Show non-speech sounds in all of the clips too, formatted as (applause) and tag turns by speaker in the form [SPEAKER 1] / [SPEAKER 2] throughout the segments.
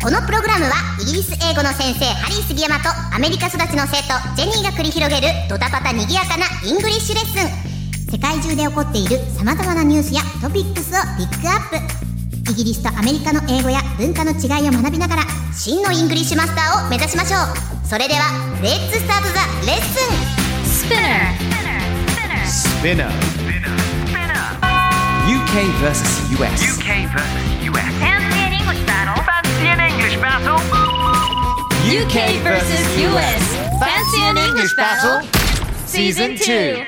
[SPEAKER 1] このプログラムはイギリス英語の先生ハリー杉山とアメリカ育ちの生徒ジェニーが繰り広げるドタパタにぎやかなイングリッシュレッスン世界中で起こっている様々なニュースやトピックスをピックアップイギリスとアメリカの英語や文化の違いを学びながら真のイングリッシュマスターを目指しましょうそれではレッツスタートザレッスン
[SPEAKER 2] Spinner. UK versus US.
[SPEAKER 3] UK versus US. Fancy an English battle. Fancy an English battle. Fancy an English battle.
[SPEAKER 2] UK versus US. Season 2.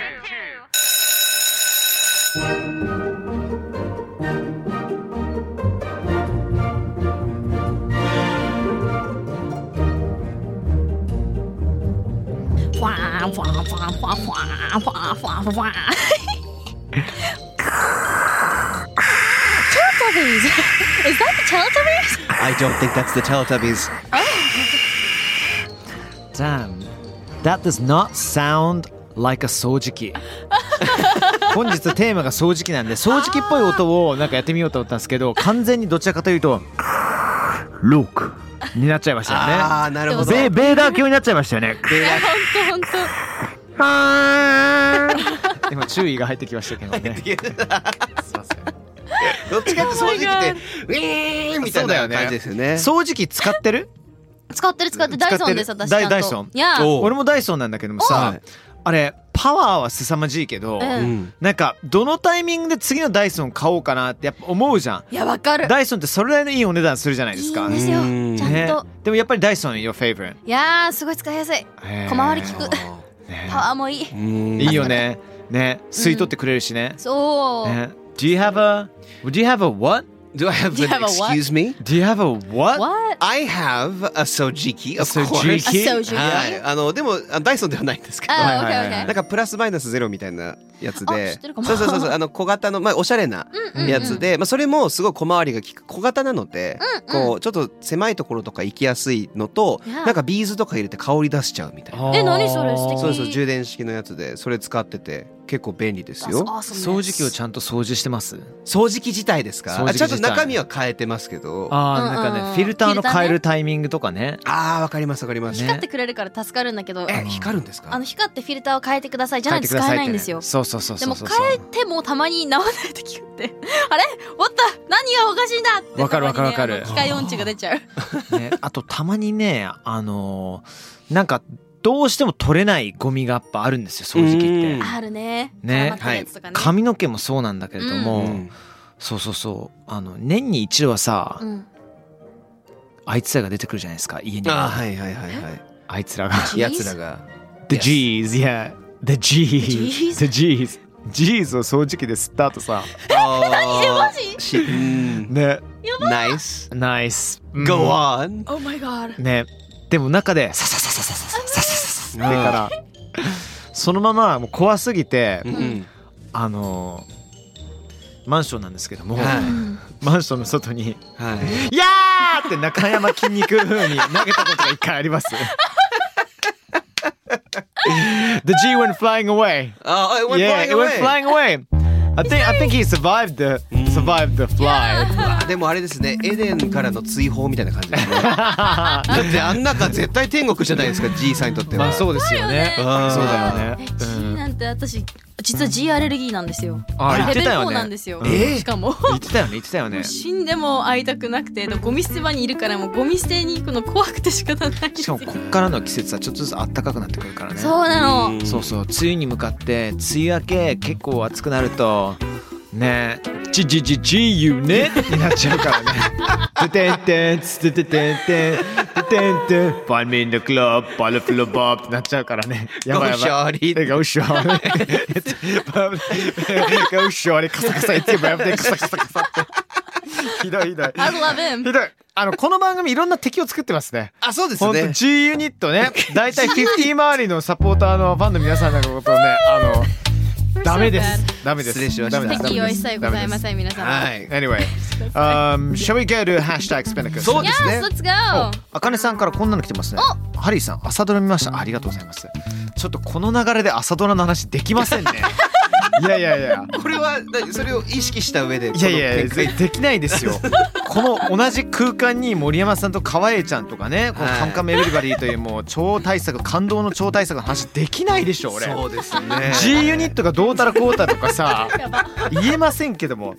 [SPEAKER 4] わーわーわーわーわーわーわーわー Teletubbies! Is that the Teletubbies?
[SPEAKER 2] I don't think that's the Teletubbies. (laughs) Damn. That does not sound like a 掃除機。本日テーマが掃除機なんで掃除機っぽい音をなんかやってみようと思ったんですけど完全にどちらかというと「ロック」になっちゃいましたよね。
[SPEAKER 5] ああ、なるほど。
[SPEAKER 2] ベベーダー級になっちゃいましたよね。
[SPEAKER 4] ほんとほんと。
[SPEAKER 2] (laughs) 今注意が入ってきましたけどね。
[SPEAKER 5] どっちかって掃除機って、ウィーンみたいな感じですよね。
[SPEAKER 2] 掃除機使ってる？
[SPEAKER 4] 使ってる使ってるダイソンです
[SPEAKER 2] 使ってる
[SPEAKER 4] 私ちゃんと。
[SPEAKER 2] ダイダイソン
[SPEAKER 4] いや
[SPEAKER 5] おう
[SPEAKER 2] 俺もダイソンなんだけども
[SPEAKER 5] は
[SPEAKER 2] さ
[SPEAKER 5] い、
[SPEAKER 2] あれパワーは凄まじいけど、
[SPEAKER 4] う
[SPEAKER 5] うん。
[SPEAKER 2] なんかどのタイミングで次のダイソン買おうかなってやっぱ思うじゃん。
[SPEAKER 4] いやわかる。
[SPEAKER 2] ダイソンってそれなりのいいお値段するじゃないですか。
[SPEAKER 4] いいんですよ。
[SPEAKER 5] うん
[SPEAKER 4] ちゃんと。
[SPEAKER 2] でもやっぱりダイソン your favorite。
[SPEAKER 4] いやーすごい使いやすい。
[SPEAKER 2] へー
[SPEAKER 4] 小回り効く。
[SPEAKER 2] ね
[SPEAKER 4] パワーもいい。
[SPEAKER 5] うん
[SPEAKER 2] いいよね。ね、吸い取ってくれるしね。
[SPEAKER 4] そう。
[SPEAKER 2] ね Do you have a Do you have a what?
[SPEAKER 5] Do I have
[SPEAKER 4] Do you
[SPEAKER 5] an
[SPEAKER 4] have a what?
[SPEAKER 5] excuse me?
[SPEAKER 2] Do you have a what?
[SPEAKER 4] What?
[SPEAKER 5] I have a sojiki, of
[SPEAKER 2] A
[SPEAKER 5] course.
[SPEAKER 2] sojiki?
[SPEAKER 4] あ sojiki
[SPEAKER 5] はい。あの、でも、あダイソンではないんですけど。
[SPEAKER 4] あ、オッ
[SPEAKER 2] はい
[SPEAKER 4] ケー
[SPEAKER 2] は
[SPEAKER 4] オッ
[SPEAKER 2] い
[SPEAKER 4] ケ
[SPEAKER 2] はい
[SPEAKER 4] ー
[SPEAKER 5] なん。かプラスマイナスゼロみたいなやつ
[SPEAKER 4] あ知
[SPEAKER 5] で
[SPEAKER 4] ってるかも
[SPEAKER 5] そうそう
[SPEAKER 4] (laughs)
[SPEAKER 5] そうそうあの小型の、まあ、おしゃれなやつで、まあ、それもすごい小回りが利く小型なので、こうちょっと狭いところとか行きやすいのと、
[SPEAKER 4] Yeah
[SPEAKER 5] なんかビーズとか入れて香り出しちゃうみたいな
[SPEAKER 4] え何それ素敵
[SPEAKER 5] そうそう充電式のやつでそれ使ってて結構便利です
[SPEAKER 4] That's
[SPEAKER 5] よ
[SPEAKER 4] awesome.
[SPEAKER 2] 掃除機をちゃんと掃除してます。
[SPEAKER 5] 掃除機自体ですか
[SPEAKER 2] 掃除機
[SPEAKER 5] あちゃんと
[SPEAKER 2] 自体
[SPEAKER 5] 中身は変えてますけどあ
[SPEAKER 2] ああ、
[SPEAKER 4] うんうん
[SPEAKER 2] なんかね、フィルターの
[SPEAKER 4] フィルターね
[SPEAKER 2] 変えるタイミングとかね。
[SPEAKER 5] あーわかりますわかります、
[SPEAKER 4] 光ってくれるから助かるんだけど、
[SPEAKER 5] え光るんですか
[SPEAKER 4] あの光ってフィルターを変えてくださいじゃ
[SPEAKER 2] 変え
[SPEAKER 4] ない
[SPEAKER 2] て
[SPEAKER 4] と
[SPEAKER 2] くだ
[SPEAKER 4] 使
[SPEAKER 2] さいっ
[SPEAKER 4] えな
[SPEAKER 2] て
[SPEAKER 4] いん
[SPEAKER 2] ね
[SPEAKER 4] ですよ。
[SPEAKER 2] そうそうそう
[SPEAKER 4] で
[SPEAKER 2] そう
[SPEAKER 4] も
[SPEAKER 2] そ
[SPEAKER 4] 変
[SPEAKER 2] う。
[SPEAKER 4] えてもたまに直らない時があって (laughs) あれおった何がおかしいんだって
[SPEAKER 2] わかるわかるわかる
[SPEAKER 4] たまにねあの機械音痴が出ちゃう
[SPEAKER 2] ね、あとたまにねあのーなんかどうしても取れないゴミがやっぱあるんですよ掃除機っ
[SPEAKER 5] うん
[SPEAKER 2] て。
[SPEAKER 4] あるね
[SPEAKER 2] ね
[SPEAKER 4] 絡まってるやつとかね
[SPEAKER 2] 髪の毛もそうなんだけれども、
[SPEAKER 5] うん
[SPEAKER 2] そうそうそうあの年に一度はさ、
[SPEAKER 4] うん
[SPEAKER 2] あいつらが出てくるじゃないですか家に
[SPEAKER 5] あー
[SPEAKER 2] は
[SPEAKER 5] はいはいはいはい
[SPEAKER 2] あいつらが
[SPEAKER 4] Jeez
[SPEAKER 5] やつらが
[SPEAKER 2] The G's yeah The G's
[SPEAKER 4] G's
[SPEAKER 2] The G's G's を掃除機で吸った後さ
[SPEAKER 5] 何えマ
[SPEAKER 4] ジ
[SPEAKER 5] し、うん、
[SPEAKER 2] ね
[SPEAKER 5] ナイス
[SPEAKER 2] ナイス
[SPEAKER 5] Go on
[SPEAKER 4] Oh my god
[SPEAKER 2] ねでも中でササササササササササってからそのままもう怖すぎて、
[SPEAKER 5] うん
[SPEAKER 2] あのーマンションなんですけども、
[SPEAKER 5] は
[SPEAKER 2] マンションの外に
[SPEAKER 5] いはい
[SPEAKER 2] 「いやー!」って中山筋肉風に投げたことが一回あります。the G went flying away.
[SPEAKER 5] あー it went
[SPEAKER 2] yeah,
[SPEAKER 5] flying
[SPEAKER 2] it went
[SPEAKER 5] away
[SPEAKER 2] flying away. I think I think he survived the survived the fly.
[SPEAKER 5] あでもあれですねエデンからの追放みたいな感じですねだってあん中絶対天国じゃないですか G さんにとっては
[SPEAKER 2] まあそうですよね。そう
[SPEAKER 5] うん
[SPEAKER 2] だよ
[SPEAKER 4] え
[SPEAKER 2] ね。
[SPEAKER 4] G なんて私実は G アレルギーなんですよ
[SPEAKER 2] あ言ってたよ
[SPEAKER 4] レベル4なん
[SPEAKER 2] ね
[SPEAKER 4] で。すよ
[SPEAKER 2] えー
[SPEAKER 4] しかも
[SPEAKER 2] 言ってたよね言ってたよね。し
[SPEAKER 4] 死んでも会いたくなくてゴミ捨て場にいるからもうゴミ捨てに行くの怖くて仕方ないんです
[SPEAKER 2] か
[SPEAKER 4] よ
[SPEAKER 2] もこっからの季節はちょっとずつ暖かくなってくるからね。
[SPEAKER 4] そうなの、
[SPEAKER 2] そうそう梅雨に向かって梅雨明け結構暑くなるとねジジジジユねになっちゃう (laughs) からね。ててんてんつてててんてんててんてん。ファンミンドクラブバルフルバーってなっちゃうからね。やばいやば
[SPEAKER 5] ゴーショー
[SPEAKER 2] い。
[SPEAKER 5] リー
[SPEAKER 2] えガウショーリ。ガウショーリカサカサ言ってバブでカサカサカサって。ひどいひどい。
[SPEAKER 4] I love him
[SPEAKER 2] ひどい。あの、この番組いろんな敵を作ってますね。
[SPEAKER 5] あ、そうです
[SPEAKER 2] ほんと
[SPEAKER 5] ね。
[SPEAKER 2] G ユニットね。だ
[SPEAKER 4] (laughs)
[SPEAKER 2] いたい50周りのサポーターのファンの皆さんのことをね、
[SPEAKER 4] (laughs)
[SPEAKER 2] あの、 (laughs) ダメです。ダメです。
[SPEAKER 5] 失礼しました
[SPEAKER 2] ダメです
[SPEAKER 4] 敵用意さえござい
[SPEAKER 2] ダメで
[SPEAKER 4] ま
[SPEAKER 2] す
[SPEAKER 4] せん皆さん。
[SPEAKER 5] はい。
[SPEAKER 2] Anyway, um, shall we go to hashtag spinnaker?
[SPEAKER 5] そうですね
[SPEAKER 4] Yes, let's go!
[SPEAKER 2] あかねさんからこんなの来てますね。ハリーさん、朝ドラ見ました。ありがとうございます。ちょっとこの流れで朝ドラの話できませんね。 (laughs) いやいやいや。
[SPEAKER 5] これはなそれを意識した上で。
[SPEAKER 2] いやいやいや
[SPEAKER 5] この
[SPEAKER 2] ぜできな
[SPEAKER 5] (laughs)
[SPEAKER 2] いですよこの同じ空間に森山さんと川栄ちゃんとかねこの
[SPEAKER 5] はい
[SPEAKER 2] カムカムエヴリバディというもう超大作感動の超大作の話できないでしょ俺
[SPEAKER 5] そうですね。
[SPEAKER 2] G ユニットがどうたらこうたらとか
[SPEAKER 5] (laughs)
[SPEAKER 2] さ言えませんけども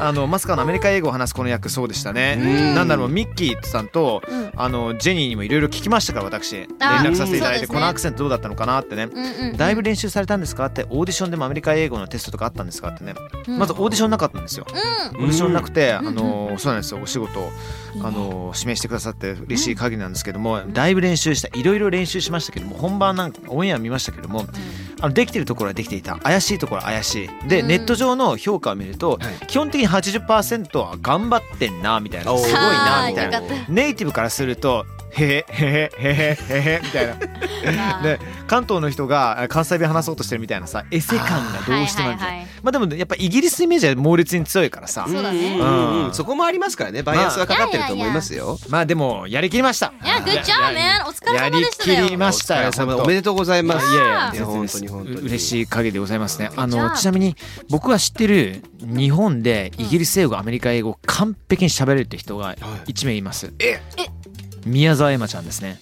[SPEAKER 2] あのまさかのアメリカ英語を話すこの役そうでしたね
[SPEAKER 5] うん
[SPEAKER 2] なんだろうミッキーさんと
[SPEAKER 4] うん
[SPEAKER 2] あのジェニーにもいろいろ聞きましたから私連
[SPEAKER 4] あ
[SPEAKER 2] 絡させていただいて
[SPEAKER 4] うん
[SPEAKER 2] このアクセントどうだったのかなってね
[SPEAKER 4] うんうんうん。
[SPEAKER 2] だいぶ練習されたんですかってオーディションでもアメリカ英語のテストとかあったんですかってね
[SPEAKER 4] うん
[SPEAKER 2] まずオーディションなかったんですよ
[SPEAKER 4] う
[SPEAKER 2] オーディションなくて、
[SPEAKER 4] ん
[SPEAKER 2] あのーそうなんですよお仕事を
[SPEAKER 4] いいね
[SPEAKER 2] あのー指名してくださって嬉しい限りなんですけども、だいぶ練習したいろいろ練習しましたけども本番なんかオンエア見ましたけども、あのできてるところはできていた怪しいところは怪しいで、
[SPEAKER 4] うん
[SPEAKER 2] ネット上の評価を見ると、基本的に80%は頑張ってんなみたいな
[SPEAKER 5] おー
[SPEAKER 2] すごいな
[SPEAKER 4] あー
[SPEAKER 2] みたいな
[SPEAKER 4] よかっ
[SPEAKER 2] ネイティブからするとへへへへへへへみたいな
[SPEAKER 4] た
[SPEAKER 2] で関東の人があ関西弁話そうとしてるみたいなさエセ感がどうしてもあるじゃん
[SPEAKER 4] あーはいはいはい
[SPEAKER 2] まあでもやっぱイギリスイメージは猛烈に強いからさ、
[SPEAKER 4] そうだ
[SPEAKER 5] う
[SPEAKER 4] ね。
[SPEAKER 5] ん
[SPEAKER 2] う
[SPEAKER 5] うんん、そこもありますからね。バイアスがかかってると思いますよ。
[SPEAKER 2] まあでもやりきりました。
[SPEAKER 4] いや、グッジョー、マンお疲れ
[SPEAKER 2] や
[SPEAKER 4] 様
[SPEAKER 2] り
[SPEAKER 4] でした
[SPEAKER 2] き
[SPEAKER 4] よ。
[SPEAKER 2] りましたよ。
[SPEAKER 5] お疲れ様
[SPEAKER 2] 本当
[SPEAKER 5] おめでとうございます。
[SPEAKER 2] いやいや
[SPEAKER 5] いや本当
[SPEAKER 2] 全
[SPEAKER 5] に本当に
[SPEAKER 2] う嬉しい限りでございますね。あ
[SPEAKER 4] じ
[SPEAKER 2] の
[SPEAKER 4] ゃあ
[SPEAKER 2] ちなみに僕が知ってる日本でイギリス英語、アメリカ英語完璧に喋れるって人が一名います。え宮沢エマちゃんですね。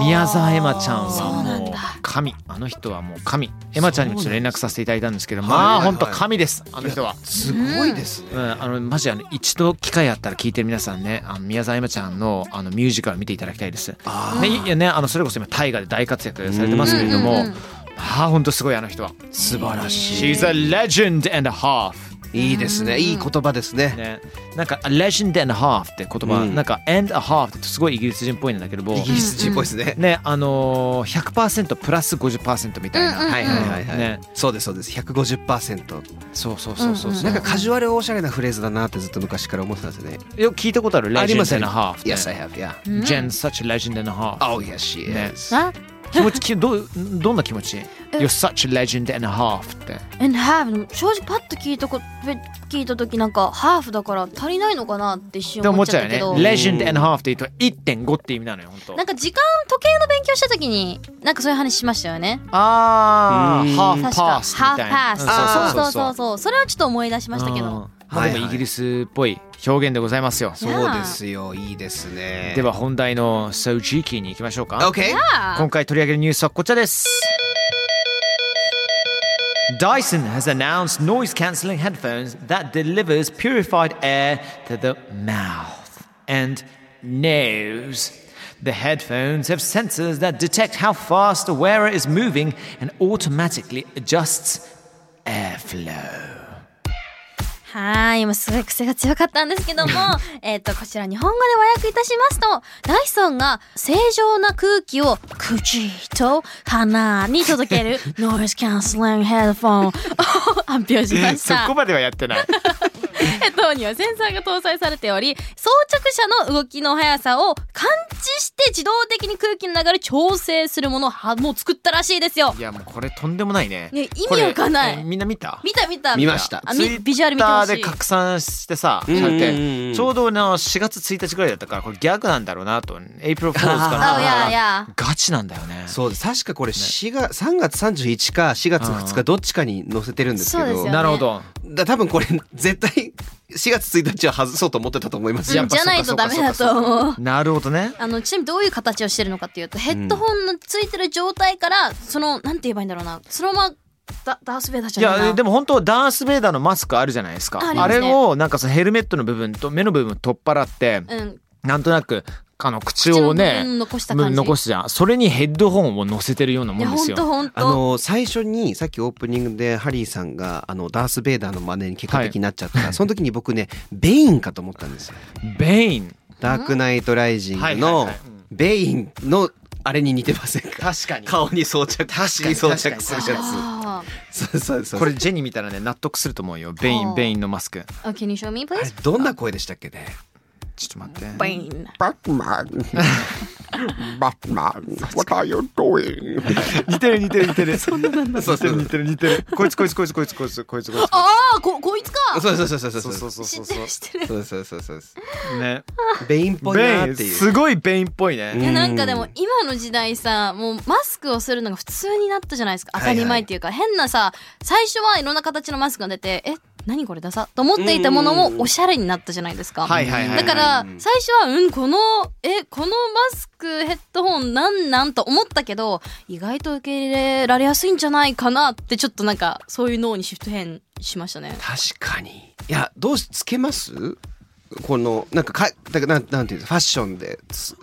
[SPEAKER 2] 宮沢エマちゃんはもう神あの人はもう神エマちゃんにもちょっと連絡させていただいたんですけど
[SPEAKER 5] い
[SPEAKER 2] まあ
[SPEAKER 5] はいはい
[SPEAKER 2] 本当神ですあの人は
[SPEAKER 5] すごいですね。
[SPEAKER 2] うん、あのマジあの一度機会あったら聞いてる皆さんねあの宮沢エマちゃんのあのミュージカル見ていただきたいです。
[SPEAKER 5] あ
[SPEAKER 2] ねいやねあのそれこそ今大河で大活躍されてますけれど
[SPEAKER 4] うん
[SPEAKER 2] も
[SPEAKER 4] うんうん
[SPEAKER 2] ああ本当すごいあの人は。
[SPEAKER 5] 素晴らしい。
[SPEAKER 2] She's a legend and a half
[SPEAKER 5] いいですね。いい言葉ですね。
[SPEAKER 2] ね、なんか「a legend and a half」って言葉、
[SPEAKER 5] うん
[SPEAKER 2] なんか「and a half」ってすごいイギリス人っぽいんだけども
[SPEAKER 5] イギリス人っぽいですね。
[SPEAKER 2] ねあのー、100%プラス50%みたいな、
[SPEAKER 5] はいはいはいはい。
[SPEAKER 2] ね
[SPEAKER 5] そうですそうです。150%。
[SPEAKER 2] そうそうそうそうそう
[SPEAKER 5] なんかカジュアルおしゃれなフレーズだなってずっと昔から思ってたんですよね。
[SPEAKER 2] よく聞いたことある「
[SPEAKER 5] あります
[SPEAKER 2] legend
[SPEAKER 5] よ
[SPEAKER 2] and
[SPEAKER 5] ね
[SPEAKER 2] a half」ね
[SPEAKER 5] Yes, I have. Yeah.
[SPEAKER 2] Jen's such a legend and a half
[SPEAKER 5] Oh yes, she is.
[SPEAKER 2] ね
[SPEAKER 4] あ
[SPEAKER 2] 気持ちきどうどんな気持ち You're such a legend and a half って。
[SPEAKER 4] And have でも正直パッと聞いたこ聞いた時なんかハーフだから足りないのかなって一
[SPEAKER 2] っ
[SPEAKER 4] 瞬
[SPEAKER 2] て
[SPEAKER 4] 思
[SPEAKER 2] 思
[SPEAKER 4] っ
[SPEAKER 2] っ
[SPEAKER 4] ち
[SPEAKER 2] ち
[SPEAKER 4] ゃっ
[SPEAKER 2] ゃ
[SPEAKER 4] た
[SPEAKER 2] う
[SPEAKER 4] け
[SPEAKER 2] よ
[SPEAKER 4] ど
[SPEAKER 2] ね。レジェンド and half って言うと1.5って意味なのよ、本当
[SPEAKER 4] なん。か時間時計の勉強した時になんかそういう話しましたよね。
[SPEAKER 2] あ
[SPEAKER 5] う
[SPEAKER 2] ー、
[SPEAKER 5] ん
[SPEAKER 2] ハーフ
[SPEAKER 4] 確
[SPEAKER 2] パ
[SPEAKER 4] か
[SPEAKER 2] ースみ
[SPEAKER 4] ハーフ
[SPEAKER 2] たい
[SPEAKER 4] パ
[SPEAKER 2] な。
[SPEAKER 4] ース。
[SPEAKER 5] あー
[SPEAKER 4] そうそうそうそう。それはちょっと思い出しましたけ
[SPEAKER 2] うん
[SPEAKER 4] ど。
[SPEAKER 2] まあでも
[SPEAKER 5] はいはい
[SPEAKER 2] イギリスっぽい表現でございますよ。
[SPEAKER 5] そうですよ。いいですね。
[SPEAKER 2] では本題の So Cheeky に行きましょうか。
[SPEAKER 5] OK。
[SPEAKER 2] 今回取り上げるニュースはこちらです。Dyson has announced noise cancelling headphones that delivers purified air to the mouth and nose. The headphones have sensors that detect how fast the wearer is moving and automatically adjusts (laughs)
[SPEAKER 4] (laughs)
[SPEAKER 2] airflow.
[SPEAKER 4] はい、今すごい癖が強かったんですけども、えっと、こちら日本語で和訳いたしますと、ダイソンが正常な空気を口と鼻に届けるノイズキャンセリングヘッドフォンを発表しました。
[SPEAKER 2] まではやってない。
[SPEAKER 4] ヘッドホンにはセンサーが搭載されており、装着者の動きの速さを感知して自動的に空気の流れを調整するものをはもう作ったらしいですよ
[SPEAKER 2] い。やもうこれとんでもないね。
[SPEAKER 4] ね意
[SPEAKER 2] こ
[SPEAKER 4] 味
[SPEAKER 2] れ
[SPEAKER 4] わかんな
[SPEAKER 2] え
[SPEAKER 4] い。
[SPEAKER 2] みんな見た
[SPEAKER 4] 見た見た
[SPEAKER 5] 見ました
[SPEAKER 4] あ
[SPEAKER 2] ツイ
[SPEAKER 4] みビジュアル見てほし
[SPEAKER 2] ッターで。
[SPEAKER 4] い
[SPEAKER 2] 拡散してさ、
[SPEAKER 5] うんうんうん
[SPEAKER 2] そうやってちょうどの4月1日ぐらいだったからこれギャグなんだろうなとエイプロフォールズか
[SPEAKER 5] あ
[SPEAKER 4] あ、いや
[SPEAKER 2] ない
[SPEAKER 4] や。
[SPEAKER 2] ガチなんだよね
[SPEAKER 5] そうです確かこれ4月3月31か4月2日どっちかに載せてるんですけ
[SPEAKER 4] そうです
[SPEAKER 5] ど
[SPEAKER 4] よ
[SPEAKER 2] なるほど
[SPEAKER 5] だ多分これ絶対4月1日は外そうと思ってたと思います
[SPEAKER 4] う
[SPEAKER 5] よ
[SPEAKER 4] んじゃないとダメだと思う。
[SPEAKER 2] なるほどね
[SPEAKER 4] あのちなみにどういう形をしてるのかっていうとヘッドホンのついてる状態からそのなんて言えばいいんだろうなそのままダダースベイダー
[SPEAKER 2] い
[SPEAKER 4] じゃないな
[SPEAKER 2] やでも本当ダース・ベイダーのマスクあるじゃないですか
[SPEAKER 4] あり
[SPEAKER 2] あ
[SPEAKER 4] ますね
[SPEAKER 2] れをなんかそのヘルメットの部分と目の部分を取っ払って、
[SPEAKER 4] うん
[SPEAKER 2] なんとなくあの口をね
[SPEAKER 4] 口の部分残した感じ
[SPEAKER 2] 残すじゃんそれにヘッドホンを乗せてるようないも
[SPEAKER 4] や
[SPEAKER 2] んで
[SPEAKER 4] 本
[SPEAKER 2] すよ
[SPEAKER 4] 当本
[SPEAKER 5] あ
[SPEAKER 4] 当
[SPEAKER 5] の最初にさっきオープニングでハリーさんがあのダース・ベイダーの真似に結果的になっちゃったら、その時に僕ねベインかと思ったんですよ。
[SPEAKER 2] ベイン
[SPEAKER 5] ダークナイト・ライジング
[SPEAKER 2] はいはい
[SPEAKER 5] の
[SPEAKER 2] はい
[SPEAKER 5] ベインのあれに似てませんか
[SPEAKER 2] 確かに
[SPEAKER 5] 顔に装着確
[SPEAKER 2] かに
[SPEAKER 5] 装着するや
[SPEAKER 4] あ
[SPEAKER 5] つ。そうそうそう
[SPEAKER 2] これジェニー見たらね納得すると思うよベイ
[SPEAKER 4] は
[SPEAKER 2] ン
[SPEAKER 4] あ
[SPEAKER 2] ベインのマスク
[SPEAKER 4] あ Can you show me
[SPEAKER 5] あれ
[SPEAKER 4] please?
[SPEAKER 5] どんな声でしたっけね
[SPEAKER 2] ちょっと待って。
[SPEAKER 4] バイン。
[SPEAKER 6] Batman. (laughs) Batman, what are you doing?
[SPEAKER 2] 似てる似てる似てる。 (laughs) そんななんだ。似てる似てる似てる。こいつこいつこいつこいつこいつこいつこいつ。
[SPEAKER 4] ああ、こ、こいつか。
[SPEAKER 5] そうそうそうそうそう
[SPEAKER 2] そ
[SPEAKER 5] そ
[SPEAKER 2] うそううそうそう
[SPEAKER 4] 知って
[SPEAKER 2] そ
[SPEAKER 4] る、知ってる。
[SPEAKER 5] そうそうそうそう
[SPEAKER 2] う。ね。
[SPEAKER 5] ベインっぽいな
[SPEAKER 2] ベ
[SPEAKER 5] ー
[SPEAKER 2] イン
[SPEAKER 5] っていう
[SPEAKER 2] すごいベインっぽいね。
[SPEAKER 4] いやなんかで
[SPEAKER 5] う
[SPEAKER 4] も今の時代さもうマスクをするのが普通になったじゃないですか当たり前っていうか、変なさ最初はいろんな形のマスクが出てえ何これダサと思っていたものもおしゃれになったじゃないですか、
[SPEAKER 2] はいはいはいはい。
[SPEAKER 4] だから最初はうんこのえこのマスクヘッドホンなんなんと思ったけど意外と受け入れられやすいんじゃないかなってちょっとなんかそういう脳にシフト変しましたね
[SPEAKER 5] 確かにいやどうしつけますこのなんかかだからなんなんていうのファッションでつ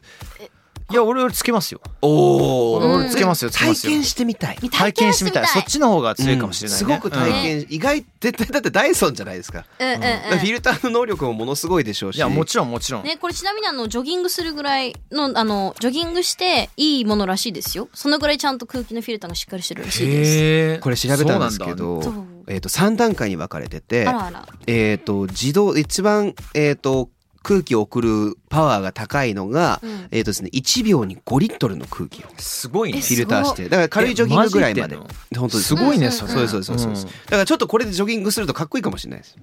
[SPEAKER 2] いや俺俺つけますよ。
[SPEAKER 5] お
[SPEAKER 2] 俺
[SPEAKER 5] ー
[SPEAKER 2] 俺つけますよつけま
[SPEAKER 5] 体
[SPEAKER 2] すよ
[SPEAKER 5] 験。してみたい
[SPEAKER 2] 体験してみたい。そっちの方が強いかもしれないね。
[SPEAKER 5] すごく体験、意外絶対だってダイソンじゃないですか,、
[SPEAKER 4] うんうんうん
[SPEAKER 5] フィルターの能力もものすごいでしょう
[SPEAKER 2] うん
[SPEAKER 5] し
[SPEAKER 2] いやもちろんもちろん。
[SPEAKER 4] ね、これちなみにあのジョギングするぐらいのあのジョギングしていいものらしいですよそのぐらいちゃんと空気のフィルターがしっかりしてるらしいです
[SPEAKER 2] へえ。
[SPEAKER 5] これ調べたんですけど
[SPEAKER 4] そうなんだ
[SPEAKER 5] えー、と3段階に分かれてて
[SPEAKER 4] あらあら
[SPEAKER 5] えー、と自動一番、えー、と空気を送るパワーが高いのが、
[SPEAKER 4] うん
[SPEAKER 5] えーとですね、1秒に5リットルの空気を
[SPEAKER 2] すごいね。
[SPEAKER 5] フィルターしてだから軽いジョギングぐらいまで
[SPEAKER 2] えマジ
[SPEAKER 5] 本当です
[SPEAKER 2] すごいねそれ。
[SPEAKER 5] そうですそうですそうです、
[SPEAKER 2] う
[SPEAKER 5] だ
[SPEAKER 2] ん
[SPEAKER 5] からちょっとこれでジョギングするとかっこいいかもしれないです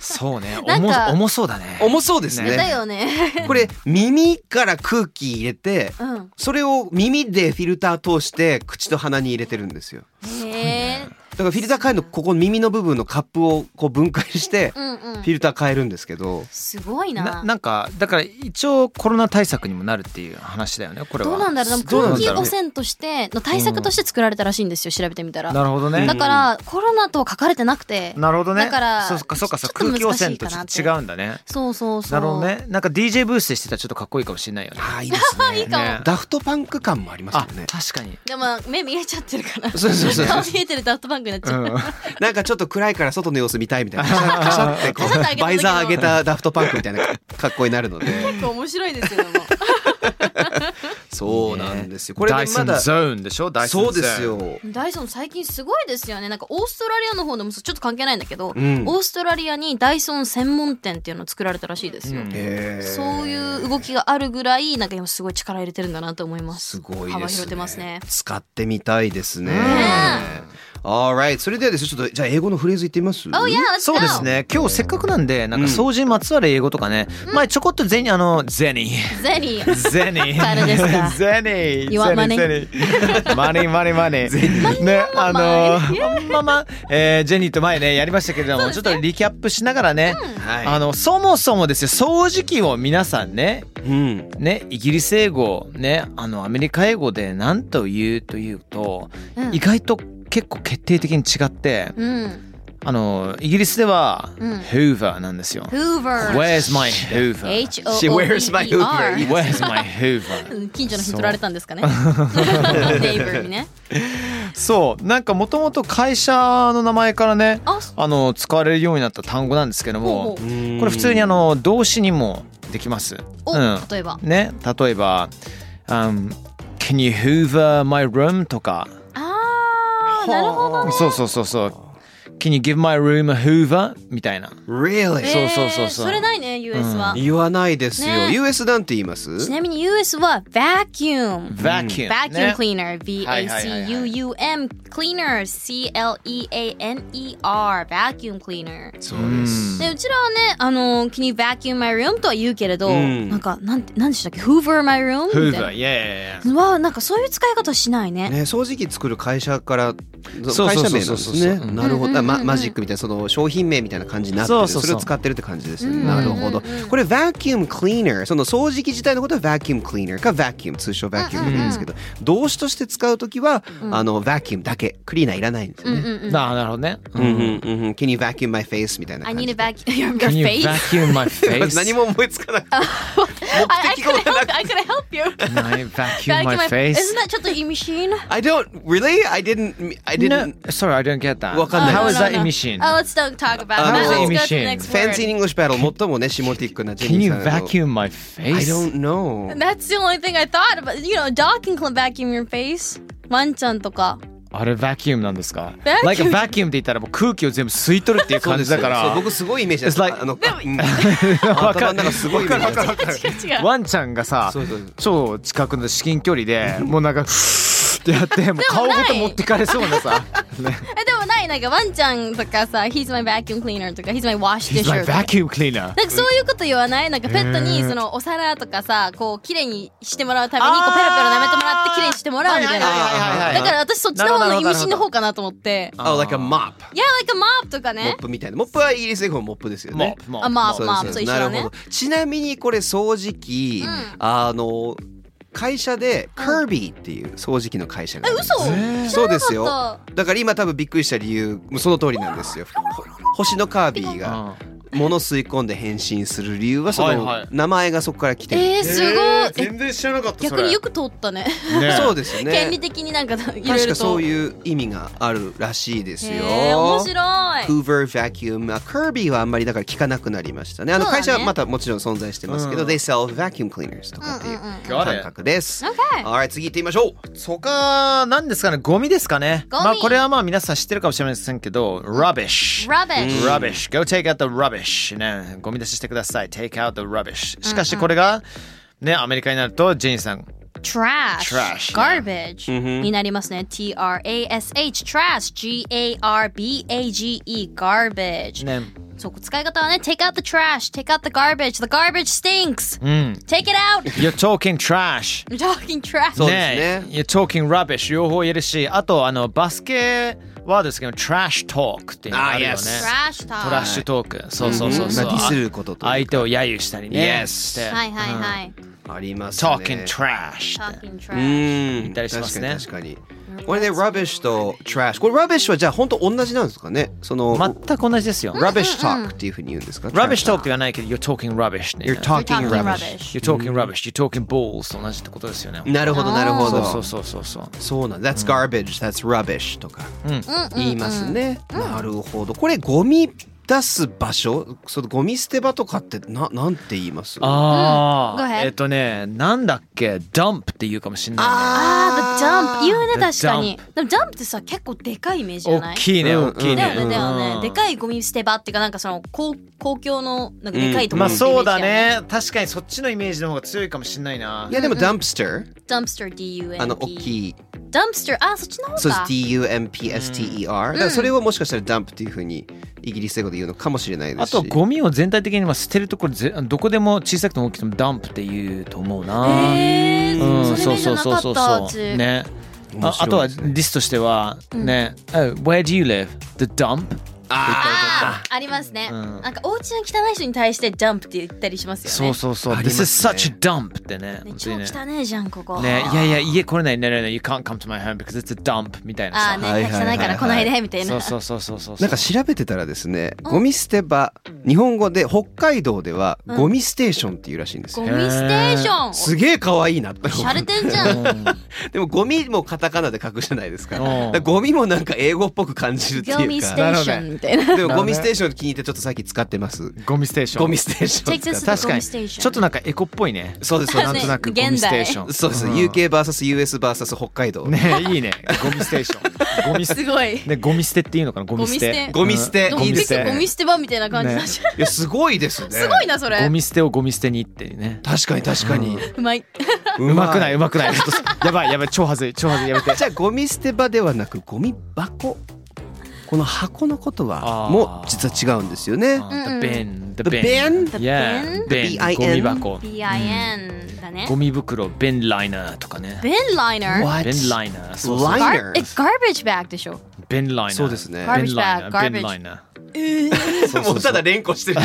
[SPEAKER 2] そうね。
[SPEAKER 4] なん
[SPEAKER 2] 重
[SPEAKER 4] か
[SPEAKER 2] 重そうだね。
[SPEAKER 5] 重そうですね
[SPEAKER 2] ね (laughs)
[SPEAKER 4] だよね
[SPEAKER 5] これ耳から空気入れて
[SPEAKER 4] うん
[SPEAKER 5] それを耳でフィルター通して口と鼻に入れてるんですよ
[SPEAKER 4] へえ
[SPEAKER 5] だからフィルター変えるのここ耳の部分のカップをこう分解して
[SPEAKER 4] うんう
[SPEAKER 5] フ
[SPEAKER 4] ん
[SPEAKER 5] ィルター変えるんですけど
[SPEAKER 4] すごいな
[SPEAKER 2] ななんかだから一応コロナ対策にもなるっていう話だよねこれは
[SPEAKER 4] どうなんだろうでも
[SPEAKER 2] どうな
[SPEAKER 4] 空
[SPEAKER 2] んだ
[SPEAKER 4] 気
[SPEAKER 2] ろう
[SPEAKER 4] 汚染としての対策として作られたらしいんですよ調べてみたら
[SPEAKER 2] なるほどね
[SPEAKER 4] だからコロナとは書かれてなくて
[SPEAKER 2] なるほどね
[SPEAKER 4] だから
[SPEAKER 2] そうかそうかそう
[SPEAKER 4] ちょっと
[SPEAKER 2] 空気汚
[SPEAKER 4] 難し
[SPEAKER 2] 染
[SPEAKER 4] い
[SPEAKER 2] と
[SPEAKER 4] か
[SPEAKER 2] ち
[SPEAKER 4] な
[SPEAKER 2] ょ
[SPEAKER 4] っ
[SPEAKER 2] ってと違うんだね
[SPEAKER 4] そうそうそ
[SPEAKER 2] な
[SPEAKER 4] う
[SPEAKER 2] るほどねなんか DJ ブースでしてたらちょっとかっこいいかもしれないよね
[SPEAKER 5] ああいいですね
[SPEAKER 4] (laughs) いいかも
[SPEAKER 2] ね
[SPEAKER 5] ダフトパンク感もありますよ
[SPEAKER 2] あ
[SPEAKER 5] ね
[SPEAKER 2] 確かに
[SPEAKER 4] でも目見えちゃってるから
[SPEAKER 5] そうそうそうそう
[SPEAKER 4] (laughs) 顔見えてるダフトバンクになっちゃう、
[SPEAKER 5] なんかちょっと暗いから外の様子見たいみたい
[SPEAKER 2] (laughs)
[SPEAKER 5] なカシャカシャってこ
[SPEAKER 4] カシャ
[SPEAKER 5] う
[SPEAKER 4] って開けたんだけど
[SPEAKER 5] バイザー上げたダフトパンクみたいな格好になるので
[SPEAKER 4] 結構 (laughs) 面白いですけども
[SPEAKER 5] そうなんですよこれ
[SPEAKER 2] ダ
[SPEAKER 5] ね
[SPEAKER 2] イソ
[SPEAKER 5] ま
[SPEAKER 2] ン
[SPEAKER 5] だ
[SPEAKER 2] ゾーンでしょダイソン
[SPEAKER 5] そう
[SPEAKER 2] ゾーン
[SPEAKER 5] ですよ
[SPEAKER 4] ダイソン最近すごいですよねなんかオーストラリアの方でもちょっと関係ないんだけ
[SPEAKER 5] ん
[SPEAKER 4] ど、オーストラリアにダイソン専門店っていうのを作られたらしいですよ、
[SPEAKER 5] へー
[SPEAKER 4] そういう動きがあるぐらいなんか今すごい力入れてるんだなと思います
[SPEAKER 5] すごいですね。
[SPEAKER 4] 幅広げてますね
[SPEAKER 5] 使ってみたいですね。Alright それではですねちょっとじゃあ英語のフレーズ言ってみます
[SPEAKER 4] Oh yeah, let's
[SPEAKER 2] そうです
[SPEAKER 4] go!
[SPEAKER 2] ね今日せっかくなんでなんか掃除にまつわる英語とかね、前ちょこっとゼニあのゼ
[SPEAKER 5] (laughs)
[SPEAKER 2] ニー
[SPEAKER 4] ゼリー
[SPEAKER 2] ゼニ
[SPEAKER 4] 誰ですか
[SPEAKER 2] ー。ゼニー。
[SPEAKER 4] You want money？
[SPEAKER 2] ゼニーマネーマネーマ (laughs) ネー。ね、あの、まあまあ、えージェニーと前ね、やりましたけれども、ちょっとリキャップしながらね、
[SPEAKER 5] はい
[SPEAKER 2] あの、そもそもですよ、掃除機を皆さんね、
[SPEAKER 5] うん。
[SPEAKER 2] ね、イギリス英語、ね、あの、アメリカ英語で何と言うというと、
[SPEAKER 4] うん
[SPEAKER 2] 意外と結構決定的に違って、
[SPEAKER 4] うん
[SPEAKER 2] あの、イギリスでは、
[SPEAKER 4] うん
[SPEAKER 2] Hoover なんですよ。
[SPEAKER 4] Hoover
[SPEAKER 2] Where's my Hoover?
[SPEAKER 5] She wears my
[SPEAKER 4] H-O-O-V-E-R
[SPEAKER 2] Where's my Hoover?
[SPEAKER 4] (laughs) 近所の人取られたんですかねネイバーにね
[SPEAKER 2] そうなんかもともと会社の名前からね
[SPEAKER 4] あ
[SPEAKER 2] あの使われるようになった単語なんですけどもこ
[SPEAKER 4] ほうほ
[SPEAKER 2] れ普通にあの動詞にもできます。
[SPEAKER 4] お、
[SPEAKER 2] うん
[SPEAKER 4] 例えば
[SPEAKER 2] ね例えば「um, Can you hoover my room?」とか
[SPEAKER 4] あーなるほど
[SPEAKER 2] そうそうそうそう「Can you give my room a hoover?」みたいな。
[SPEAKER 5] Really？
[SPEAKER 2] そうそうそうそう
[SPEAKER 4] えーそれないね US は、
[SPEAKER 5] 言わないですよ。
[SPEAKER 4] ね
[SPEAKER 5] US なんて言います？
[SPEAKER 4] ちなみに US は vacuum
[SPEAKER 2] vacuum、
[SPEAKER 4] vacuum
[SPEAKER 2] ね
[SPEAKER 4] cleaner V
[SPEAKER 2] はい
[SPEAKER 4] A
[SPEAKER 2] はいはいはい
[SPEAKER 4] C U U M cleaner C L E A N E R vacuum cleaner
[SPEAKER 5] そうです。
[SPEAKER 4] でうちらはねあの Can you vacuum my room とは言うけれど、
[SPEAKER 5] ん
[SPEAKER 4] なんかなんてなんでしたっけ Hoover my room みた
[SPEAKER 2] Hoover、
[SPEAKER 4] い
[SPEAKER 2] いやいやいや。
[SPEAKER 4] なわあなんかそういう使い方しないね
[SPEAKER 5] ね掃除機作る会社から
[SPEAKER 2] そう
[SPEAKER 5] 会
[SPEAKER 2] そ
[SPEAKER 5] 社
[SPEAKER 2] うそう
[SPEAKER 5] 名なん
[SPEAKER 2] そ
[SPEAKER 5] で
[SPEAKER 2] う
[SPEAKER 5] すね。
[SPEAKER 2] うん
[SPEAKER 5] なるほど。まマジックみたいなその商品名みたいな感じになって
[SPEAKER 2] そう
[SPEAKER 5] て
[SPEAKER 2] そうそ
[SPEAKER 5] そ
[SPEAKER 2] う
[SPEAKER 5] れを使ってるって感じですよ
[SPEAKER 4] うん
[SPEAKER 5] ね。なるほど。これ vacuum cleaner その掃除機自体のことは vacuum cleaner か vacuum 通称 vacuum なんですけど、動詞として使うときはあの vacuum だけクリーナーいらないんですよね。
[SPEAKER 2] なあなるほどね。
[SPEAKER 5] うんうんうんうん Can you vacuum my face みたいな
[SPEAKER 4] I
[SPEAKER 5] 感じ
[SPEAKER 4] need
[SPEAKER 5] で
[SPEAKER 4] a vacuum your
[SPEAKER 2] Can you
[SPEAKER 4] face
[SPEAKER 5] (laughs)
[SPEAKER 2] vacuum my face?
[SPEAKER 5] 何も思いつかない。
[SPEAKER 4] I, I could help I could help you
[SPEAKER 2] Can I (laughs) vacuum my face?
[SPEAKER 4] Isn't that ちょっと意味深
[SPEAKER 5] I don't really. I didn't. I didn't.
[SPEAKER 2] No, sorry, I don't get that.
[SPEAKER 5] わかんない
[SPEAKER 2] How is that
[SPEAKER 4] No, no, no.
[SPEAKER 2] emission?
[SPEAKER 4] Oh, let's don't talk about
[SPEAKER 5] Ah,
[SPEAKER 4] that.
[SPEAKER 5] no.
[SPEAKER 4] Let's go to the
[SPEAKER 2] Emission.
[SPEAKER 4] next word.
[SPEAKER 5] Fancy in English
[SPEAKER 2] (laughs)
[SPEAKER 5] battle 最もねシモティックなジェ
[SPEAKER 2] Can
[SPEAKER 5] ニー
[SPEAKER 2] you
[SPEAKER 5] さんの。
[SPEAKER 2] vacuum my
[SPEAKER 5] I
[SPEAKER 2] face?
[SPEAKER 5] don't know.
[SPEAKER 4] That's the only thing I thought about. You know, a dog can clean vacuum your face. ワンちゃんとか
[SPEAKER 2] あれ vacuum なんですか
[SPEAKER 4] Vacuum
[SPEAKER 2] Like a vacuum って言ったらもう空気を全部吸い取るっていう感じだか
[SPEAKER 5] そう
[SPEAKER 2] ら
[SPEAKER 5] 僕すごいイメージです
[SPEAKER 2] It's like-
[SPEAKER 5] あの
[SPEAKER 2] (laughs)
[SPEAKER 5] うん頭の中すごいイメージだった
[SPEAKER 4] 違う。
[SPEAKER 2] ワンちゃんがさ
[SPEAKER 5] そうそう
[SPEAKER 2] 超近くの至近距離でもうなんかってやってもう顔ごと持ってかれそうなさ
[SPEAKER 4] えでもないなんかワンちゃんとかさ、He's my vacuum cleaner とか He's my wash
[SPEAKER 2] He's
[SPEAKER 4] disher
[SPEAKER 2] like
[SPEAKER 4] とか。
[SPEAKER 2] vacuum
[SPEAKER 4] (laughs)
[SPEAKER 2] cleaner
[SPEAKER 4] なんかそういうこと言わないなんかペットにそのお皿とかさこう綺麗にしてもらうためにこうペロペロ舐めてもらって綺麗にしてもらうみたい
[SPEAKER 2] はいはいはいはい
[SPEAKER 4] な
[SPEAKER 2] はい
[SPEAKER 4] だから私そっちの方の意味深の方かなと思って
[SPEAKER 5] あ like a mop
[SPEAKER 4] いや like a mop とか
[SPEAKER 5] モッ
[SPEAKER 4] ね
[SPEAKER 5] プみたいなモップはイギリス英語のモップですよね
[SPEAKER 2] もうもう
[SPEAKER 4] あまあ
[SPEAKER 5] そう
[SPEAKER 4] まあ
[SPEAKER 5] ですそ
[SPEAKER 4] そ
[SPEAKER 5] うう
[SPEAKER 4] 一
[SPEAKER 5] な
[SPEAKER 4] 緒だ
[SPEAKER 5] る
[SPEAKER 4] ね
[SPEAKER 5] ほどちなみにこれ掃除機、
[SPEAKER 4] うん
[SPEAKER 5] あの会社でカービーっていう掃除機の会社があるんです
[SPEAKER 4] 嘘
[SPEAKER 2] えー
[SPEAKER 5] そうですよ
[SPEAKER 4] 知らなかっ
[SPEAKER 5] だから今多分びっくりした理由もうその通りなんですよほ星のカービィが物吸い込んで変身する理由はそ
[SPEAKER 2] はいは
[SPEAKER 5] の
[SPEAKER 2] い
[SPEAKER 5] 名前がそこから来てる、
[SPEAKER 4] えー、すごい、え
[SPEAKER 2] 然知らなかっ
[SPEAKER 4] 逆によく通ったね
[SPEAKER 2] ね
[SPEAKER 5] そうですよね
[SPEAKER 4] 権利的になんかいろいろと
[SPEAKER 5] 確かそういう意味があるらしいですよ。
[SPEAKER 4] へー面白い
[SPEAKER 5] Hoover vacuum あ Kirby はあんまりだから聞かなくなりましたね。あの
[SPEAKER 4] そうだ
[SPEAKER 5] 会
[SPEAKER 4] ね
[SPEAKER 5] 社はまたもちろん存在してますけど、
[SPEAKER 2] うん
[SPEAKER 5] They sell vacuum cleaners とかっていう感覚です。
[SPEAKER 4] Okay
[SPEAKER 5] Alright 次行ってみましょう。
[SPEAKER 2] 他なんですかねゴミですかね
[SPEAKER 4] ゴミ
[SPEAKER 2] まあこれはまあ皆さん知ってるかもしれませんけど rubbish
[SPEAKER 4] Rubbish
[SPEAKER 2] rubbish go take out the rubbish ねゴミ出ししてください take out the rubbish しかしこれがねアメリカになるとジェニーさん
[SPEAKER 4] trash,
[SPEAKER 2] Trash
[SPEAKER 4] garbage になりますね。T-R-A-S-H trash G-A-R-B-A-G-E garbage、
[SPEAKER 2] ね
[SPEAKER 4] そう使い方はね take out the trash take out the garbage the garbage stinks、take it out
[SPEAKER 2] you're talking trash
[SPEAKER 4] I'm talking trash
[SPEAKER 5] そうですね
[SPEAKER 2] ね you're talking rubbish 両方言えるしあとあのバスケはですけど trash talk っていうのがあるよね
[SPEAKER 4] trash
[SPEAKER 2] トラッ
[SPEAKER 4] talk
[SPEAKER 2] シュトークそうそうそうそう
[SPEAKER 5] まあディスることという
[SPEAKER 2] 相手を揶揄したりね
[SPEAKER 5] Yes
[SPEAKER 2] して
[SPEAKER 4] はいはいはい、
[SPEAKER 5] ありますね。
[SPEAKER 2] talking trash って
[SPEAKER 4] talking
[SPEAKER 5] う
[SPEAKER 4] trash
[SPEAKER 5] ん。
[SPEAKER 2] ったりしますね
[SPEAKER 5] 確かに確かに。これね rubbish と trash これ rubbish はじゃあ本当同じなんですかね。その、
[SPEAKER 2] 全く同じですよ。
[SPEAKER 5] rubbish talk っていうふうに言うんですか。
[SPEAKER 2] rubbish
[SPEAKER 5] trash
[SPEAKER 2] talk ではないけど、you're talking rubbish ね。
[SPEAKER 5] You're talking
[SPEAKER 4] You're talking
[SPEAKER 5] rubbish。
[SPEAKER 2] you're talking rubbish, you're talking balls と同じってことですよね。
[SPEAKER 5] なるほどなるほ
[SPEAKER 2] そう
[SPEAKER 5] ど。
[SPEAKER 2] そうそうそうそう。
[SPEAKER 5] そうなん That's garbage, that's rubbish とか言いますね。なるほど。これゴミ出す場所、そのゴミ捨て場とかってななんて言います？
[SPEAKER 2] あ
[SPEAKER 4] うん Go
[SPEAKER 2] あ、
[SPEAKER 4] ahead
[SPEAKER 2] えっとね、なんだっけ、dump って言うかもしれないね。
[SPEAKER 4] あー the dump 言うね
[SPEAKER 2] The
[SPEAKER 4] 確かにでも dump ってさ結構でかいイメージじゃな
[SPEAKER 2] 大
[SPEAKER 4] い
[SPEAKER 2] きいね、
[SPEAKER 5] うん
[SPEAKER 2] 大きい
[SPEAKER 4] だよ
[SPEAKER 2] ね。
[SPEAKER 4] ねだよね、
[SPEAKER 2] うん
[SPEAKER 4] でかいゴミ捨て場っていうかなんかその公公共のなんかでかいとこ
[SPEAKER 2] ま
[SPEAKER 4] ろ
[SPEAKER 2] あ
[SPEAKER 4] ってイメージ
[SPEAKER 2] そうだ
[SPEAKER 4] よ
[SPEAKER 2] ね。確かにそっちのイメージの方が強いかもしれないな。
[SPEAKER 5] いやでも dumpster、
[SPEAKER 4] dumpster D-U-M-P
[SPEAKER 5] あの大きい、
[SPEAKER 4] dumpster あそっちの方か
[SPEAKER 5] そうです D U M P S T E R。だからそれをもしかしたら dump っていうふうにイギリス英語で言うのかもしれないで
[SPEAKER 2] あ
[SPEAKER 5] すし。
[SPEAKER 2] とゴミを全体的にまあ捨てるところぜどこでも小さくても大きくてもダンプって言うと思うな。
[SPEAKER 4] へー
[SPEAKER 2] うん、
[SPEAKER 4] そ
[SPEAKER 2] そ
[SPEAKER 4] れ
[SPEAKER 2] う
[SPEAKER 4] ねじ
[SPEAKER 2] そ
[SPEAKER 4] ゃ
[SPEAKER 2] う
[SPEAKER 4] な
[SPEAKER 2] そう
[SPEAKER 4] か
[SPEAKER 2] そう
[SPEAKER 4] った
[SPEAKER 2] そうう
[SPEAKER 4] ち
[SPEAKER 2] ね。ああとはリストとしてはね、Oh, Where do you live? The dump?
[SPEAKER 4] あーありますね、なんかお家の汚い人に対して dump って言ったりしますよね
[SPEAKER 2] そうそうそう。
[SPEAKER 5] あり
[SPEAKER 2] This
[SPEAKER 5] ま
[SPEAKER 2] is
[SPEAKER 5] すね
[SPEAKER 2] such a dump ってね。
[SPEAKER 4] ね
[SPEAKER 2] 本当
[SPEAKER 4] 超
[SPEAKER 2] にね
[SPEAKER 4] 汚いじゃんここ
[SPEAKER 2] ね、いやいや家来れないねねね You can't come to my home because it's a dump みたいなさ。
[SPEAKER 4] あー
[SPEAKER 5] は
[SPEAKER 4] ね
[SPEAKER 5] いはいはい
[SPEAKER 4] 汚
[SPEAKER 5] はい
[SPEAKER 4] いから来ないでみたいな
[SPEAKER 2] そうそうそうそう (laughs) そう。
[SPEAKER 5] なんか調べてたらですね、ゴミ捨て場、日本語で北海道ではゴミステーションっていうらしいんです
[SPEAKER 4] ゴ
[SPEAKER 5] よ。
[SPEAKER 4] ミステーションおし
[SPEAKER 5] すげえ可愛いなって思って
[SPEAKER 4] ゃれてんじゃん
[SPEAKER 5] でもゴミもカタカナで書くじゃないですか。
[SPEAKER 2] う
[SPEAKER 5] だか
[SPEAKER 2] ん
[SPEAKER 5] らゴミもなんか英語っぽく感じるっていうか。
[SPEAKER 4] ゴミステーションみたいな
[SPEAKER 5] でもゴミステーションって聞いてちょっと最近使ってます。
[SPEAKER 2] ゴミステーション。
[SPEAKER 5] ゴミステーション
[SPEAKER 4] Take
[SPEAKER 5] 使っ
[SPEAKER 4] this
[SPEAKER 5] て。
[SPEAKER 2] 確か
[SPEAKER 4] ゴミ
[SPEAKER 2] に
[SPEAKER 4] ステーション
[SPEAKER 2] ちょっとなんかエコっぽいね。
[SPEAKER 5] そうですそう
[SPEAKER 4] (laughs)
[SPEAKER 2] なん
[SPEAKER 5] で
[SPEAKER 2] と
[SPEAKER 5] す。
[SPEAKER 2] なく
[SPEAKER 4] 現代
[SPEAKER 2] ゴミステーション。
[SPEAKER 5] そうです。
[SPEAKER 2] ん
[SPEAKER 5] UK vs US vs 北海道。
[SPEAKER 2] ねいいね。ゴミステーション。 (laughs) ゴミ捨
[SPEAKER 4] す
[SPEAKER 2] て。
[SPEAKER 4] ごい
[SPEAKER 2] ね、ゴミ捨てっていうのかなゴミ捨て。
[SPEAKER 5] ゴミ捨て
[SPEAKER 4] で
[SPEAKER 2] う
[SPEAKER 4] も
[SPEAKER 2] ん
[SPEAKER 5] いいで
[SPEAKER 4] 結
[SPEAKER 5] すね
[SPEAKER 4] 構ゴミ捨て場みたいな感じだし、
[SPEAKER 5] いやすごいですね。
[SPEAKER 4] すごい。なそれ
[SPEAKER 2] ゴミ捨てをゴミ捨てにっていうね。
[SPEAKER 5] 確かに確かに。
[SPEAKER 4] うまいう
[SPEAKER 2] まくない、うまくない。ちょっとやばい、やばい、超はずい、超はずい、やめて。
[SPEAKER 5] じゃあゴミ捨て場ではなくゴミ箱。この箱のことは
[SPEAKER 2] あー
[SPEAKER 5] もう実は違うんですよね。
[SPEAKER 2] The bin, the
[SPEAKER 5] The bin?
[SPEAKER 2] bin,
[SPEAKER 5] bin?
[SPEAKER 2] yeah, bin, ゴミ箱、
[SPEAKER 4] BIN だね
[SPEAKER 2] ゴミ袋、bin liner とかね。
[SPEAKER 4] bin liner
[SPEAKER 5] What?
[SPEAKER 2] bin liner、そうそう
[SPEAKER 4] Gar- え
[SPEAKER 5] Liner。
[SPEAKER 4] garbage bag でしょ
[SPEAKER 2] bin liner、
[SPEAKER 5] そうですね
[SPEAKER 2] bin
[SPEAKER 4] Garbage bag,
[SPEAKER 2] liner、bin
[SPEAKER 4] garbage
[SPEAKER 2] liner。
[SPEAKER 5] もうただ連呼してるだ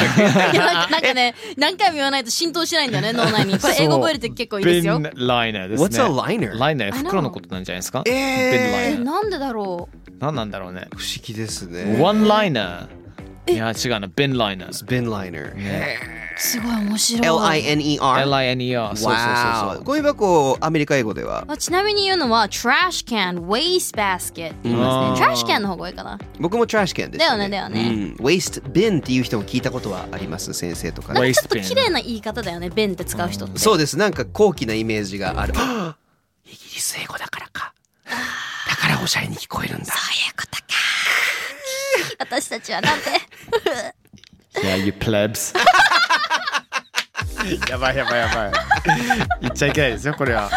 [SPEAKER 5] け。
[SPEAKER 4] いやなんかなんかね何回も言わないと浸透しないんだね脳内にこれ英語覚えると結構いいですよ
[SPEAKER 2] bin liner ですね。
[SPEAKER 5] What's a liner?
[SPEAKER 2] liner 袋のことなんじゃないですか。bin
[SPEAKER 5] え
[SPEAKER 4] え
[SPEAKER 2] liner。
[SPEAKER 4] なんでだろう
[SPEAKER 2] 何なんだろうね。
[SPEAKER 5] 不思議ですね。
[SPEAKER 2] one liner。いや違うな、bin liner。
[SPEAKER 5] bin liner。
[SPEAKER 4] すごい面白い
[SPEAKER 5] L I N E R。
[SPEAKER 2] L I N E R。そうそうそうそう。
[SPEAKER 5] ゴミ箱アメリカ英語では
[SPEAKER 4] あちなみに言うのは trash can waste basket って言いますね trash can の方がいいかな
[SPEAKER 5] 僕もトラッシュキャンでしたね
[SPEAKER 4] だよねだよ
[SPEAKER 5] うん、waste bin っていう人も聞いたことはあります先生とか
[SPEAKER 4] ちょ
[SPEAKER 2] waste
[SPEAKER 4] っと綺麗な言い方だよね bin って使う人って
[SPEAKER 5] そう (gasps) ですなんか高貴なイメージがあるイギリス英語だからかだからおしゃれに聞こえるんだ。
[SPEAKER 4] いうことか。私たちはなんて。 (laughs)
[SPEAKER 2] Yeah, you plebs. やばいやばいやばい。言っちゃいけないですよ、 (laughs) これは。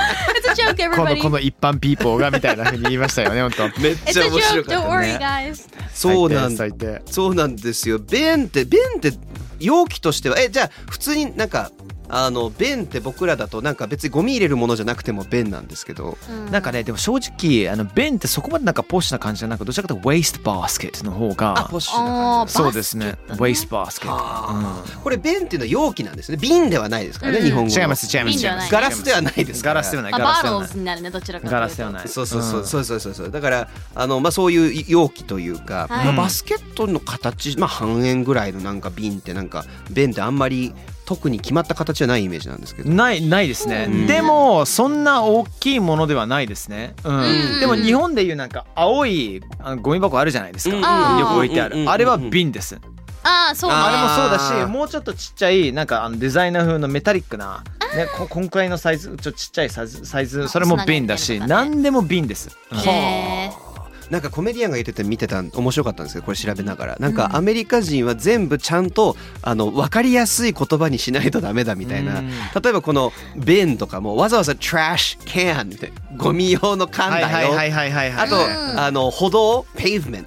[SPEAKER 4] It's a
[SPEAKER 2] (laughs)
[SPEAKER 4] joke,
[SPEAKER 2] このこ
[SPEAKER 4] everybody.
[SPEAKER 2] の一般ピーポーがみたいなふうに言いましたよね、本当。
[SPEAKER 5] めっ
[SPEAKER 4] It's
[SPEAKER 5] ち
[SPEAKER 4] a
[SPEAKER 5] ゃ面
[SPEAKER 4] joke,
[SPEAKER 5] 白か
[SPEAKER 4] don't
[SPEAKER 5] った
[SPEAKER 4] worry,
[SPEAKER 5] ね。
[SPEAKER 4] guys.
[SPEAKER 5] そうなん
[SPEAKER 2] 最低最低
[SPEAKER 5] そうなんですよ。弁って弁って容器としてはえじゃあ普通になんかあの弁って僕らだとなんか別にゴミ入れるものじゃなくても弁なんですけど。
[SPEAKER 2] なんかね、でも正直、あのベンってそこまでなんかポッシュな感じじゃなく、どちらかというとウェイストバスケットの方
[SPEAKER 5] あ
[SPEAKER 2] が。
[SPEAKER 5] ポッシュな
[SPEAKER 4] あ
[SPEAKER 5] 感
[SPEAKER 4] ー
[SPEAKER 5] じ。
[SPEAKER 2] そうですね。ウェイストバスケット。
[SPEAKER 5] あーこれ弁っていうのは容器なんですね。瓶ではないですからね、日本語の。
[SPEAKER 2] 違います、違います、違い
[SPEAKER 4] 瓶では
[SPEAKER 2] ま
[SPEAKER 4] な
[SPEAKER 2] す。
[SPEAKER 4] い
[SPEAKER 5] ガラスではないですか
[SPEAKER 2] ガ
[SPEAKER 5] ら。
[SPEAKER 2] ラスではない、
[SPEAKER 4] あ
[SPEAKER 2] ガ
[SPEAKER 4] バ
[SPEAKER 2] ラスで
[SPEAKER 4] ー
[SPEAKER 2] は
[SPEAKER 4] ロ
[SPEAKER 2] な
[SPEAKER 4] ーズになるね、どちらかというと。
[SPEAKER 2] い。ガラスではない。
[SPEAKER 5] そうそうそう
[SPEAKER 2] う
[SPEAKER 5] そうそうそうそうだからあのまあそういう容器というか、
[SPEAKER 4] はい
[SPEAKER 5] まあバスケットの形まあ半円ぐらいのなんか瓶ってなんか弁ってあんまり特に決まった形はないイメージなんですけど
[SPEAKER 2] ん。ないないですね、
[SPEAKER 5] うん
[SPEAKER 2] でもそんな大きいものではないですね、うん
[SPEAKER 4] うん
[SPEAKER 2] でも日本でいうなんか青いあのゴミ箱あるじゃないですか、
[SPEAKER 5] うん
[SPEAKER 4] うん
[SPEAKER 2] よく置いてあ
[SPEAKER 5] うんうんうんう
[SPEAKER 2] る
[SPEAKER 5] ん
[SPEAKER 2] あれは瓶です
[SPEAKER 4] ああ、そうね。
[SPEAKER 2] あれもそうだ
[SPEAKER 5] あー
[SPEAKER 2] しもうちょっとちっちゃいなんかあのデザイナー風のメタリックな、ね、ここんくらいのサイズちょっとちっちゃいサイズサイズそれも瓶だし、
[SPEAKER 4] つながり
[SPEAKER 2] 何でも瓶です、うん
[SPEAKER 4] へ
[SPEAKER 5] なんかコメディアンが言ってて見てた面白かったんですけどこれ調べながらなんかアメリカ人は全部ちゃんとあの分かりやすい言葉にしないとダメだみたいな
[SPEAKER 2] うん
[SPEAKER 5] 例えばこの「弁」とかもわざわざ「trash can」みたいなゴミ用の缶
[SPEAKER 2] はいは
[SPEAKER 5] だ
[SPEAKER 2] い
[SPEAKER 5] よ
[SPEAKER 2] はいはいはいはい
[SPEAKER 5] あと、あの歩道 pavement っ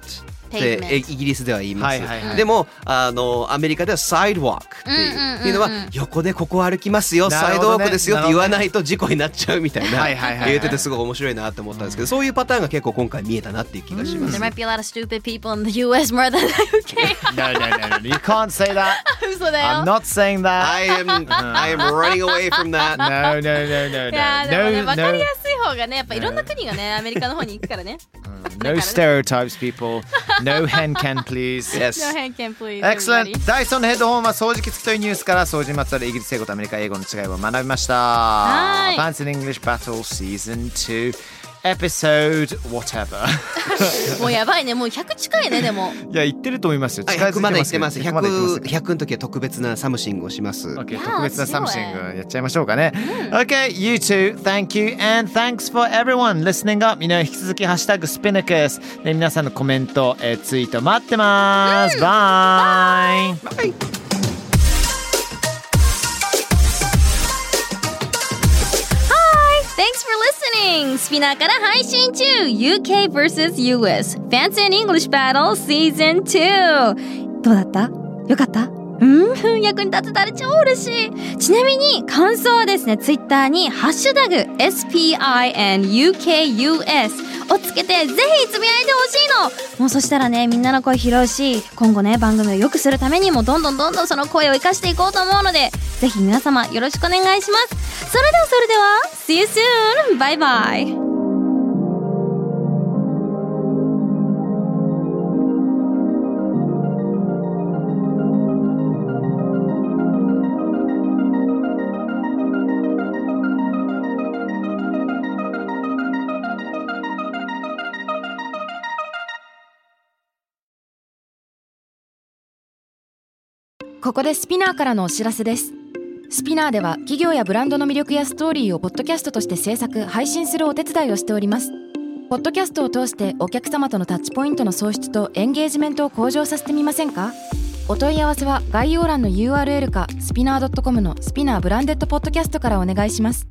[SPEAKER 5] てえイ
[SPEAKER 4] Pavement
[SPEAKER 5] ギリスでは言います、
[SPEAKER 2] はいはいはい
[SPEAKER 5] でもあのアメリカでは sidewalk っていう,、
[SPEAKER 4] うんうんうんうん
[SPEAKER 5] っていうのは横でここ歩きますよ、
[SPEAKER 2] な
[SPEAKER 5] サイ
[SPEAKER 2] るほ
[SPEAKER 5] ド
[SPEAKER 2] ど
[SPEAKER 5] ウォ
[SPEAKER 2] ね
[SPEAKER 5] ークですよって言わないと事故になっちゃうみたいな
[SPEAKER 2] はいはいはいはい
[SPEAKER 5] 言っててすごい面白いなって思ったんですけどそういうパターンが結構今回見えたなっていう気がしま
[SPEAKER 4] There
[SPEAKER 5] す、
[SPEAKER 4] might be a lot of stupid people in the US more than (laughs) the UK.
[SPEAKER 2] No, no, no, no, you can't say
[SPEAKER 4] (laughs)
[SPEAKER 2] that
[SPEAKER 4] 嘘だ
[SPEAKER 2] I'm
[SPEAKER 4] よ。
[SPEAKER 2] not saying
[SPEAKER 4] (laughs)
[SPEAKER 2] that
[SPEAKER 5] (laughs) I am I am running away
[SPEAKER 2] (laughs)
[SPEAKER 5] from that
[SPEAKER 2] No, no, no, no,
[SPEAKER 4] (laughs) いやーでも
[SPEAKER 2] no
[SPEAKER 4] ね、
[SPEAKER 2] No,
[SPEAKER 4] わかり
[SPEAKER 2] no,
[SPEAKER 4] やすい方がね、やっぱいろんな国
[SPEAKER 2] (laughs)
[SPEAKER 4] がね、アメリカの方に行くからね。
[SPEAKER 2] no stereotypes people No hand can
[SPEAKER 4] (laughs)
[SPEAKER 2] please
[SPEAKER 5] Yes
[SPEAKER 4] No 偏見 please.
[SPEAKER 2] Excellent!
[SPEAKER 4] everybody.
[SPEAKER 2] ダイソンのヘッドホンは掃除機付きというニュースから掃除にまつわるイギリス英語とアメリカ英語の違いを学びました。
[SPEAKER 4] はい
[SPEAKER 2] Fancy in English Battle Season 2 Episode Whatever
[SPEAKER 4] (laughs) もうやばいね、もう100近いね、でも。
[SPEAKER 2] (laughs) いや、言ってると思いますよ。
[SPEAKER 5] あ100まで行ってます
[SPEAKER 2] 100まで行っ
[SPEAKER 5] 100
[SPEAKER 2] てます。
[SPEAKER 5] 100の時は特別なサムシングをします、
[SPEAKER 2] Okay,
[SPEAKER 4] Yeah,
[SPEAKER 2] 特別なサムシング
[SPEAKER 4] let's
[SPEAKER 2] やっちゃいましょうかね。Okay, you too. Thank you and thanks for everyone listening up. みんな引き続きハッシュタグスピナクス。で、皆さんのコメント、えーツイート待ってます。バイ
[SPEAKER 4] はい Thanks for listening! スピナーから配信中 !UK vs.US Fancy and English Battle Season 2! どうだったよかったうん役に立てたら超嬉しいちなみに感想はですね、ツイッターにハッシュタグ SPINUKUS をつけてぜひつぶやいてほしいのもうそしたらね、みんなの声拾うし、今後ね、番組を良くするためにもどんどんどんどんその声を活かしていこうと思うので、ぜひ皆様よろしくお願いします。それではそれでは、See you soon! バイバイ
[SPEAKER 7] ここでスピナーからのお知らせですスピナーでは企業やブランドの魅力やストーリーをポッドキャストとして制作配信するお手伝いをしておりますポッドキャストを通してお客様とのタッチポイントの創出とエンゲージメントを向上させてみませんかお問い合わせは概要欄の URL かスピナー .com のスピナーブランデッドポッドキャストからお願いします